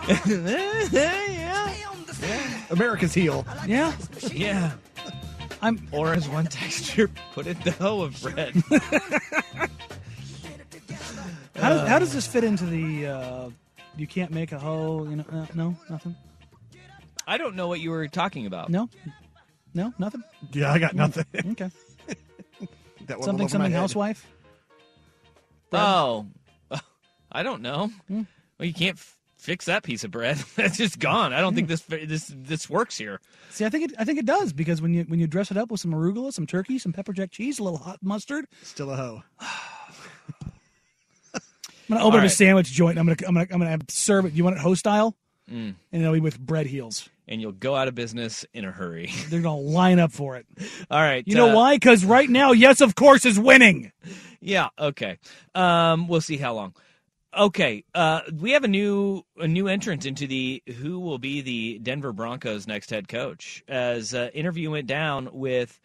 [SPEAKER 5] Hmm. yeah.
[SPEAKER 9] America's heel.
[SPEAKER 6] Yeah.
[SPEAKER 5] Yeah.
[SPEAKER 6] I'm.
[SPEAKER 5] Or as one texture put it, the hoe of bread.
[SPEAKER 6] How does,
[SPEAKER 9] Um,
[SPEAKER 6] how does this fit into the? Uh, you can't make a hoe. You know, uh, no, nothing.
[SPEAKER 5] I don't know what you were talking about.
[SPEAKER 6] No, no, nothing.
[SPEAKER 9] Yeah, I got nothing.
[SPEAKER 6] Okay.
[SPEAKER 9] that went
[SPEAKER 6] Something,
[SPEAKER 9] over my
[SPEAKER 6] something.
[SPEAKER 9] head.
[SPEAKER 6] Housewife.
[SPEAKER 5] Oh, I don't know.
[SPEAKER 6] Hmm.
[SPEAKER 5] Well, you can't f- fix that piece of bread. That's just gone. I don't think
[SPEAKER 6] Hmm.
[SPEAKER 5] this this this works here.
[SPEAKER 6] See, I think it. I think it does because when you when you dress it up with some arugula, some turkey, some pepper jack cheese, a little hot mustard.
[SPEAKER 9] Still a hoe.
[SPEAKER 6] I'm gonna open
[SPEAKER 5] All
[SPEAKER 6] up
[SPEAKER 5] right.
[SPEAKER 6] a sandwich joint. And I'm gonna I'm gonna I'm gonna serve it. You want it hoe style?
[SPEAKER 9] Mm.
[SPEAKER 6] And it'll be with bread heels.
[SPEAKER 5] And you'll go out of business in a hurry.
[SPEAKER 6] They're gonna line up for it.
[SPEAKER 5] All right.
[SPEAKER 6] You know
[SPEAKER 5] uh,
[SPEAKER 6] why? Because right now, yes, of course, is winning.
[SPEAKER 5] Yeah. Okay. Um, we'll see how long. Okay. Uh, we have a new a new entrant into the who will be the Denver Broncos next head coach. As uh, interview went down with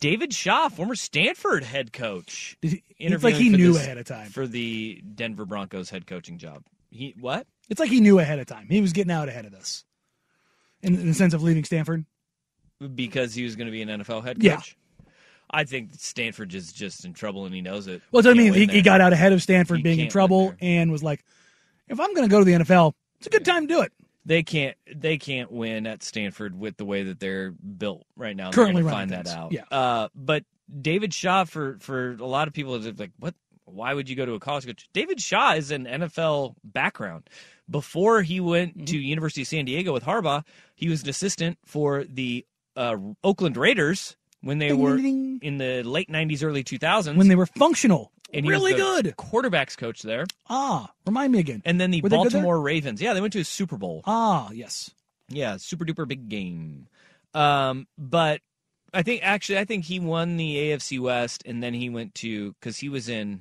[SPEAKER 5] David Shaw, former Stanford head coach.
[SPEAKER 6] Did he- It's
[SPEAKER 5] interviewing
[SPEAKER 6] like he
[SPEAKER 5] for
[SPEAKER 6] knew
[SPEAKER 5] this-
[SPEAKER 6] ahead of time.
[SPEAKER 5] for the Denver Broncos head coaching job. He what?
[SPEAKER 6] It's like he knew ahead of time. He was getting out ahead of this, in, in the sense of leaving Stanford.
[SPEAKER 5] Because he was going to be an NFL head coach.
[SPEAKER 6] Yeah.
[SPEAKER 5] I think Stanford is just in trouble and he knows it.
[SPEAKER 6] Well, so I
[SPEAKER 5] Can't
[SPEAKER 6] mean,
[SPEAKER 5] win
[SPEAKER 6] he, he
[SPEAKER 5] there.
[SPEAKER 6] got out ahead of Stanford
[SPEAKER 5] You
[SPEAKER 6] being in
[SPEAKER 5] can't win
[SPEAKER 6] trouble
[SPEAKER 5] there.
[SPEAKER 6] and was like, if I'm going to go to the NFL, it's a good time to do it.
[SPEAKER 5] they can't they can't win at Stanford with the way that they're built right now. They're
[SPEAKER 6] Currently
[SPEAKER 5] gonna
[SPEAKER 6] running
[SPEAKER 5] find that
[SPEAKER 6] things,
[SPEAKER 5] out.
[SPEAKER 6] yeah.
[SPEAKER 5] Uh, but David Shaw for for a lot of people is like what why would you go to a college coach? David Shaw is an NFL background. Before he went
[SPEAKER 6] Mm-hmm.
[SPEAKER 5] to University of San Diego with Harbaugh, he was an assistant for the uh, Oakland Raiders when they
[SPEAKER 6] Ding,
[SPEAKER 5] were
[SPEAKER 6] ding, ding.
[SPEAKER 5] in the late 90s early 2000s
[SPEAKER 6] When they were functional,
[SPEAKER 5] and he was
[SPEAKER 6] really
[SPEAKER 5] the
[SPEAKER 6] good.
[SPEAKER 5] quarterbacks coach there.
[SPEAKER 6] Ah, remind me again.
[SPEAKER 5] And then the
[SPEAKER 6] Were they good there?
[SPEAKER 5] Baltimore Ravens. Yeah, they went to a Super Bowl.
[SPEAKER 6] Ah, yes.
[SPEAKER 5] Yeah, super duper big game. Um, but I think actually, I think he won the AFC West, and then he went to because he was in.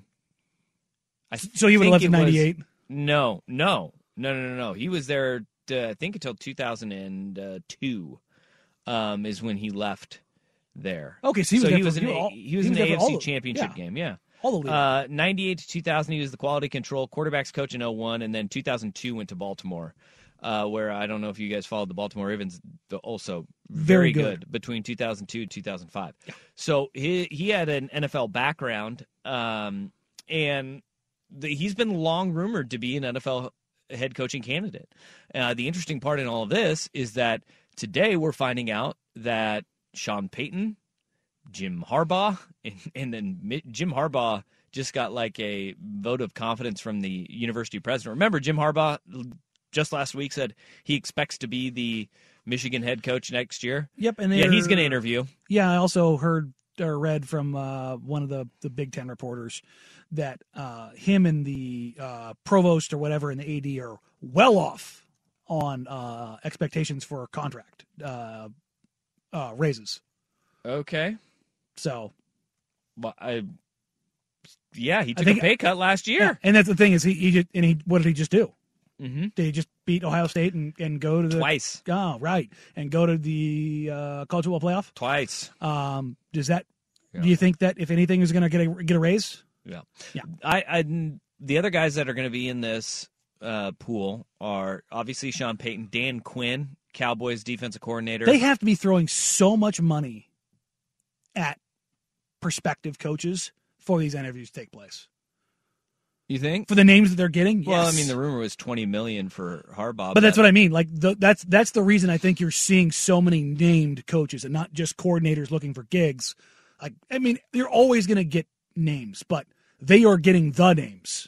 [SPEAKER 5] I
[SPEAKER 6] So he would have left
[SPEAKER 5] think
[SPEAKER 6] in
[SPEAKER 5] it was-
[SPEAKER 6] '98.
[SPEAKER 5] No, no, no, no, no, no. He was there, uh, I think, until two thousand and uh, two. Um, is when he left there.
[SPEAKER 6] Okay, so Oh,
[SPEAKER 5] so
[SPEAKER 6] he was there
[SPEAKER 5] he
[SPEAKER 6] for-
[SPEAKER 5] was in
[SPEAKER 6] he was
[SPEAKER 5] a-
[SPEAKER 6] all-
[SPEAKER 5] he was
[SPEAKER 6] he
[SPEAKER 5] in
[SPEAKER 6] was
[SPEAKER 5] the
[SPEAKER 6] there for all
[SPEAKER 5] AFC
[SPEAKER 6] of-
[SPEAKER 5] Championship
[SPEAKER 6] yeah.
[SPEAKER 5] game. Yeah.
[SPEAKER 6] All the league.
[SPEAKER 5] Uh, 98 to 2000, he was the quality control quarterbacks coach in 01, and then 2002 went to Baltimore, uh, where I don't know if you guys followed the Baltimore Ravens, the- also very,
[SPEAKER 6] Very good.
[SPEAKER 5] good. between 2002 and 2005. So he he had an NFL background, um, and the, he's been long rumored to be an NFL head coaching candidate. Uh, the interesting part in all of this is that today we're finding out that Sean Payton, Jim Harbaugh, and, and then Mi- Jim Harbaugh just got like a vote of confidence from the university president. Remember, Jim Harbaugh just last week said he expects to be the Michigan head coach next year.
[SPEAKER 6] yep. And
[SPEAKER 5] Yeah, he's going to
[SPEAKER 6] they're-
[SPEAKER 5] interview.
[SPEAKER 6] Yeah, I also heard or read from uh, one of the, the Big Ten reporters that uh, him and the uh, provost or whatever and the AD are well off on uh, expectations for contract uh, uh, raises.
[SPEAKER 5] Okay.
[SPEAKER 6] So
[SPEAKER 5] Well, I, yeah, he took
[SPEAKER 6] think-
[SPEAKER 5] a pay cut last
[SPEAKER 6] yeah,
[SPEAKER 5] year.
[SPEAKER 6] and that's the thing is he, he just, and he what did he just do?
[SPEAKER 5] hmm
[SPEAKER 6] Did he just beat Ohio State and, and go to the
[SPEAKER 5] Twice.
[SPEAKER 6] Oh right, and go to the uh, college football playoff.
[SPEAKER 5] Twice.
[SPEAKER 6] Um, does that? Do
[SPEAKER 5] Yeah.
[SPEAKER 6] you think that if anything is going to get a get a raise?
[SPEAKER 5] Yeah.
[SPEAKER 6] Yeah.
[SPEAKER 5] I, I the other guys that are going to be in this uh, pool are obviously Sean Payton, Dan Quinn, Cowboys defensive coordinator.
[SPEAKER 6] They have to be throwing so much money at prospective coaches for these interviews to take place.
[SPEAKER 5] you think?
[SPEAKER 6] For the names that they're getting, yes.
[SPEAKER 5] Well, I mean, the rumor was twenty million for Harbaugh,
[SPEAKER 6] but that's what I mean. Like the, that's that's the reason I think you're seeing so many named coaches and not just coordinators looking for gigs. Like I mean, you're always going to get names, but they are getting the names.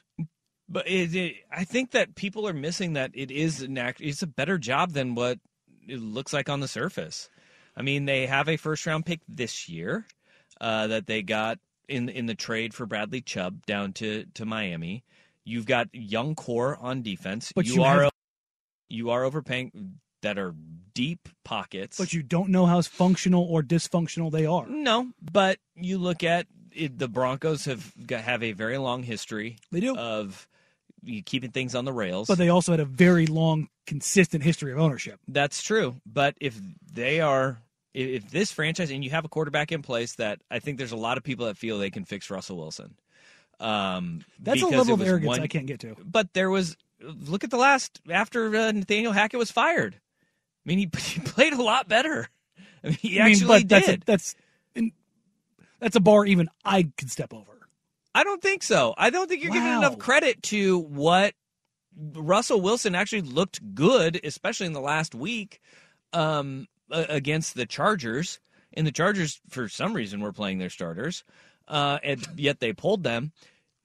[SPEAKER 5] But it, it, I think that people are missing that it is an act, it's a better job than what it looks like on the surface. I mean, they have a first round pick this year uh, that they got in in the trade for Bradley Chubb down to to Miami. You've got young core on defense.
[SPEAKER 6] But you
[SPEAKER 5] are
[SPEAKER 6] have-
[SPEAKER 5] you are overpaying that are deep pockets.
[SPEAKER 6] But you don't know how functional or dysfunctional they are.
[SPEAKER 5] no, but you look at it, the Broncos have got- have a very long history
[SPEAKER 6] They do.
[SPEAKER 5] of you keeping things on the rails.
[SPEAKER 6] but they also had a very long, consistent history of ownership.
[SPEAKER 5] That's true. But if they are, i- if this franchise and you have a quarterback in place that I think there's a lot of people that feel they can fix Russell Wilson. Um,
[SPEAKER 6] That's a
[SPEAKER 5] because it
[SPEAKER 6] level of
[SPEAKER 5] was
[SPEAKER 6] arrogance
[SPEAKER 5] one-
[SPEAKER 6] I can't get to.
[SPEAKER 5] But there was look at the last after uh, Nathaniel Hackett was fired. I mean, he, he played a lot better. I mean, he
[SPEAKER 6] I mean,
[SPEAKER 5] actually
[SPEAKER 6] but that's
[SPEAKER 5] did.
[SPEAKER 6] A, that's in- that's a bar even I could step over.
[SPEAKER 5] I don't think so. I don't think you're giving
[SPEAKER 6] Wow.
[SPEAKER 5] enough credit to what Russell Wilson actually looked good, especially in the last week um, a- against the Chargers. And the Chargers, for some reason, were playing their starters, uh, and yet they pulled them.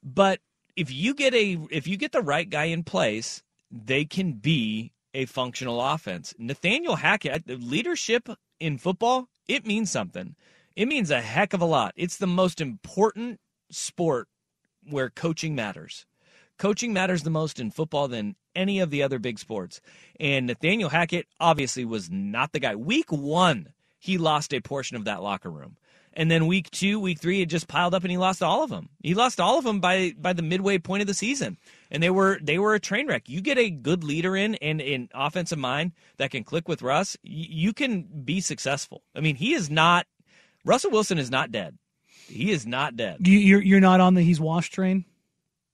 [SPEAKER 5] But if you get a if you get the right guy in place, they can be a functional offense. Nathaniel Hackett, the leadership in football, it means something. It means a heck of a lot. It's the most important sport where coaching matters. Coaching matters the most in football than any of the other big sports. And Nathaniel Hackett obviously was not the guy. Week one, he lost a portion of that locker room. And then week two, week three, it just piled up and he lost all of them. He lost all of them by, by the midway point of the season. And they were they were a train wreck. You get a good leader in and an offensive mind that can click with Russ, y- you can be successful. I mean, he is not Russell Wilson is not dead. He is not dead.
[SPEAKER 6] You, you're you're not on the he's washed train.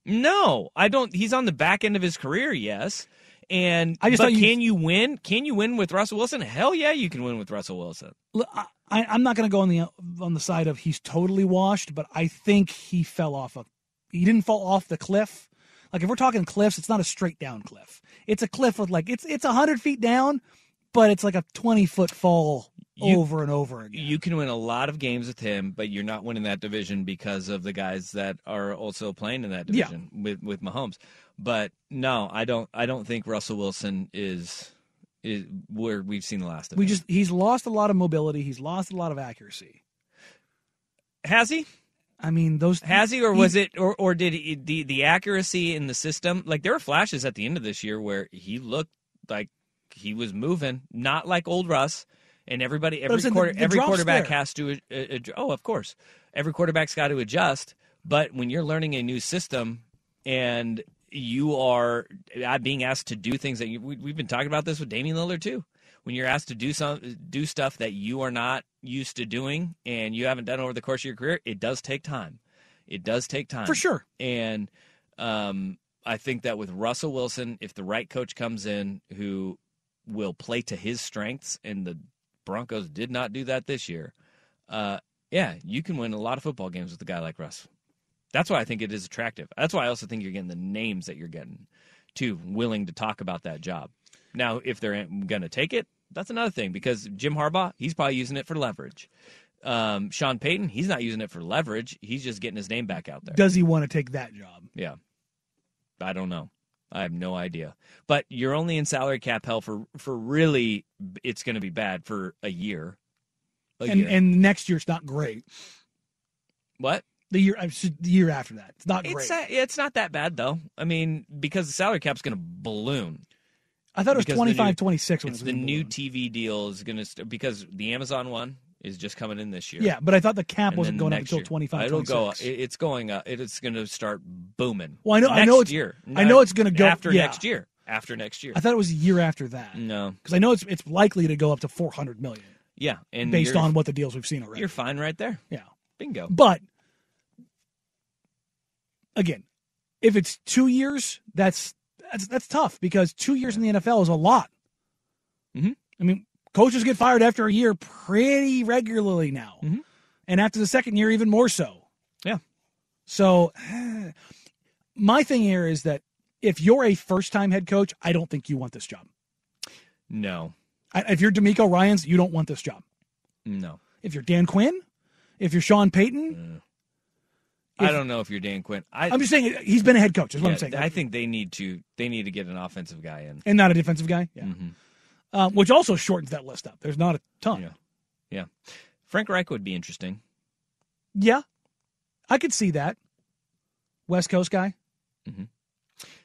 [SPEAKER 5] No, I don't. He's on the back end of his career, yes. And
[SPEAKER 6] I just
[SPEAKER 5] but
[SPEAKER 6] thought you-
[SPEAKER 5] can you win? Can you win with Russell Wilson? Hell yeah, you can win with Russell Wilson.
[SPEAKER 6] L- I, I- I'm not going to go on the on the side of he's totally washed, but I think he fell off a. He didn't fall off the cliff. Like if we're talking cliffs, it's not a straight down cliff. It's a cliff with like it's it's hundred feet down, but it's like a twenty foot fall
[SPEAKER 5] You-
[SPEAKER 6] over and over again.
[SPEAKER 5] You can win a lot of games with him, but you're not winning that division because of the guys that are also playing in that
[SPEAKER 6] Yeah.
[SPEAKER 5] division with with Mahomes. But no, I don't. I don't think Russell Wilson is is where we've seen the last of
[SPEAKER 6] we
[SPEAKER 5] him.
[SPEAKER 6] just he's lost a lot of mobility. He's lost a lot of accuracy.
[SPEAKER 5] has he.
[SPEAKER 6] I mean those
[SPEAKER 5] Has he, or was it, or or did he, the the accuracy in the system? Like there were flashes at the end of this year where he looked like he was moving, not like old Russ. And everybody,
[SPEAKER 6] I'm
[SPEAKER 5] every
[SPEAKER 6] saying the-
[SPEAKER 5] quarter,
[SPEAKER 6] the
[SPEAKER 5] every
[SPEAKER 6] drop's
[SPEAKER 5] quarterback
[SPEAKER 6] there.
[SPEAKER 5] has to. Uh, uh, oh, of course, every quarterback's got to adjust. But when you're learning a new system, and you are uh, being asked to do things that you, we, we've been talking about this with Damian Lillard too. When you're asked to do some do stuff that you are not used to doing and you haven't done over the course of your career, it does take time. It does take time
[SPEAKER 6] for sure?
[SPEAKER 5] and um, I think that with Russell Wilson, if the right coach comes in who will play to his strengths, and the Broncos did not do that this year, uh, yeah, you can win a lot of football games with a guy like Russ. That's why I think it is attractive. That's why I also think you're getting the names that you're getting, too, willing to talk about that job. Now, if they're going to take it, that's another thing because Jim Harbaugh, he's probably using it for leverage. Um, Sean Payton, he's not using it for leverage. He's just getting his name back out there.
[SPEAKER 6] Does he want to take that job?
[SPEAKER 5] Yeah. I don't know. I have no idea. But you're only in salary cap hell for for really it's going to be bad for a year. A
[SPEAKER 6] and
[SPEAKER 5] year.
[SPEAKER 6] and next year's not great.
[SPEAKER 5] what?
[SPEAKER 6] The year I should- the year after that, it's not great.
[SPEAKER 5] It's a, it's not that bad though. I mean, because the salary cap's going to balloon.
[SPEAKER 6] I thought it was
[SPEAKER 5] because the new-
[SPEAKER 6] 25, 26 when
[SPEAKER 5] It's
[SPEAKER 6] it was
[SPEAKER 5] the
[SPEAKER 6] in
[SPEAKER 5] new
[SPEAKER 6] balloon.
[SPEAKER 5] TV deal is going to st- because the Amazon one is just coming in this year.
[SPEAKER 6] Yeah, but I thought the cap
[SPEAKER 5] And
[SPEAKER 6] wasn't
[SPEAKER 5] then
[SPEAKER 6] going up
[SPEAKER 5] next
[SPEAKER 6] until
[SPEAKER 5] year.
[SPEAKER 6] 25,
[SPEAKER 5] It'll go.
[SPEAKER 6] 26.
[SPEAKER 5] it- It's going up. It- It's going to start booming.
[SPEAKER 6] Well, I know- I
[SPEAKER 5] Next
[SPEAKER 6] know it's-
[SPEAKER 5] year.
[SPEAKER 6] I know it's gonna go-
[SPEAKER 5] after
[SPEAKER 6] yeah.
[SPEAKER 5] next year. After next year.
[SPEAKER 6] I thought it was a year after that because
[SPEAKER 5] no.
[SPEAKER 6] I know it's it's likely to go up to 400 million
[SPEAKER 5] Yeah, and
[SPEAKER 6] based
[SPEAKER 5] Mm, you're-
[SPEAKER 6] on what the deals we've seen already.
[SPEAKER 5] You're fine right there.
[SPEAKER 6] Yeah,
[SPEAKER 5] Bingo.
[SPEAKER 6] but again, if it's two years, that's that's that's tough because two years in the NFL is a lot.
[SPEAKER 5] Mhm.
[SPEAKER 6] I mean, coaches get fired after a year pretty regularly now,
[SPEAKER 5] Mhm.
[SPEAKER 6] and after the second year, even more so.
[SPEAKER 5] Yeah.
[SPEAKER 6] So, my thing here is that if you're a first-time head coach, I don't think you want this job.
[SPEAKER 5] No,
[SPEAKER 6] I, if you're D'Amico Ryan's, you don't want this job.
[SPEAKER 5] no.
[SPEAKER 6] If you're Dan Quinn, if you're Sean Payton,
[SPEAKER 5] I
[SPEAKER 6] If-
[SPEAKER 5] don't know if you're Dan Quinn. I,
[SPEAKER 6] I'm just saying he's been a head coach. Is what
[SPEAKER 5] Mm. yeah,
[SPEAKER 6] I'm saying.
[SPEAKER 5] I think they need to. They need to get an offensive guy in.
[SPEAKER 6] and not a defensive guy. Yeah.
[SPEAKER 5] Mhm.
[SPEAKER 6] Uh, which also shortens that list up. There's not a ton.
[SPEAKER 5] Yeah.
[SPEAKER 6] Yeah.
[SPEAKER 5] Frank Reich would be interesting.
[SPEAKER 6] I could see that. West Coast guy.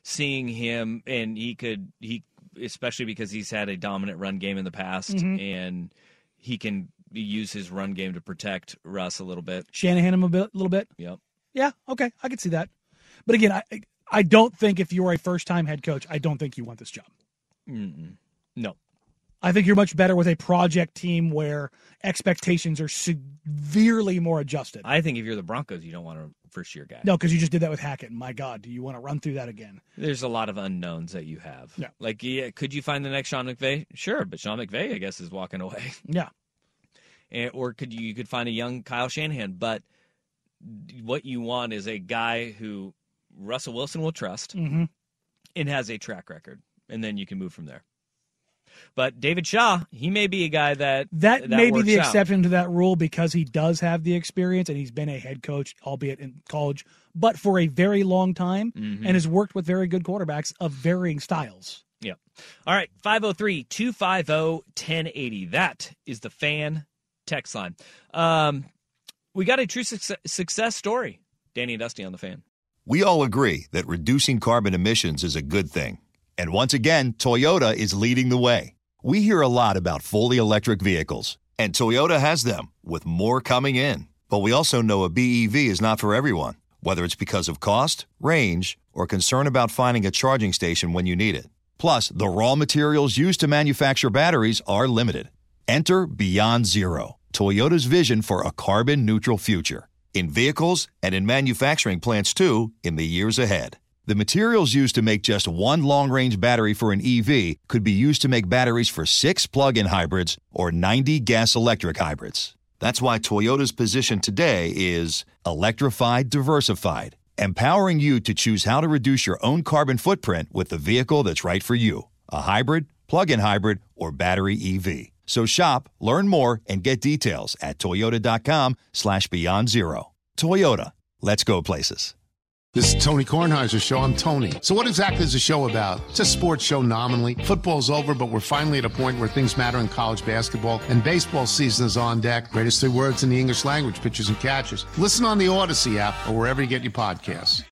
[SPEAKER 5] Seeing him, and he could he, especially because he's had a dominant run game in the past,
[SPEAKER 6] Mhm.
[SPEAKER 5] and he can use his run game to protect Russ a little bit.
[SPEAKER 6] Shanahan him a bit, little bit.
[SPEAKER 5] Yep.
[SPEAKER 6] Yeah. Okay. I could see that. But again, I I don't think if you're a first time head coach, I don't think you want this job.
[SPEAKER 5] Mm-mm. No.
[SPEAKER 6] I think you're much better with a project team where expectations are severely more adjusted.
[SPEAKER 5] I think if you're the Broncos, you don't want a first year guy.
[SPEAKER 6] no, because you just did that with Hackett. My God, do you want to run through that again?
[SPEAKER 5] There's a lot of unknowns that you have.
[SPEAKER 6] Yeah.
[SPEAKER 5] Like, yeah, could you find the next Sean McVay? Sure, but Sean McVay, I guess, is walking away.
[SPEAKER 6] Yeah.
[SPEAKER 5] And, eh, or could you, you could find a young Kyle Shanahan, but what you want is a guy who Russell Wilson will trust
[SPEAKER 6] Mhm.
[SPEAKER 5] and has a track record, and then you can move from there. But David Shaw, he may be a guy that
[SPEAKER 6] That, may be
[SPEAKER 5] works
[SPEAKER 6] the
[SPEAKER 5] out.
[SPEAKER 6] exception to that rule because he does have the experience and he's been a head coach, albeit in college, but for a very long time
[SPEAKER 5] Mm-hmm.
[SPEAKER 6] and has worked with very good quarterbacks of varying styles.
[SPEAKER 5] Yep. All right, 503 250 1080. oh, That is the fan text line. Um, we got a true success, success story. Danny and Dusty on the fan.
[SPEAKER 10] We all agree that reducing carbon emissions is a good thing. And once again, Toyota is leading the way. We hear a lot about fully electric vehicles, and Toyota has them, with more coming in. But we also know a BEV is not for everyone, whether it's because of cost, range, or concern about finding a charging station when you need it. Plus, the raw materials used to manufacture batteries are limited. Enter Beyond Zero, Toyota's vision for a carbon neutral future in vehicles and in manufacturing plants too in the years ahead. The materials used to make just one long range battery for an EV could be used to make batteries for six plug in hybrids or 90 gas electric hybrids. That's why Toyota's position today is electrified, diversified, empowering you to choose how to reduce your own carbon footprint with the vehicle that's right for you a hybrid, plug in hybrid, or battery EV. So shop, learn more, and get details at toyota.com slash beyond zero. Toyota, let's go places.
[SPEAKER 1] This is Tony Kornheiser's show. I'm Tony. So, what exactly is the show about? It's a sports show nominally. Football's over, but we're finally at a point where things matter in college basketball, and baseball season is on deck. Greatest three words in the English language, pitchers and catchers. Listen on the Odyssey app or wherever you get your podcasts.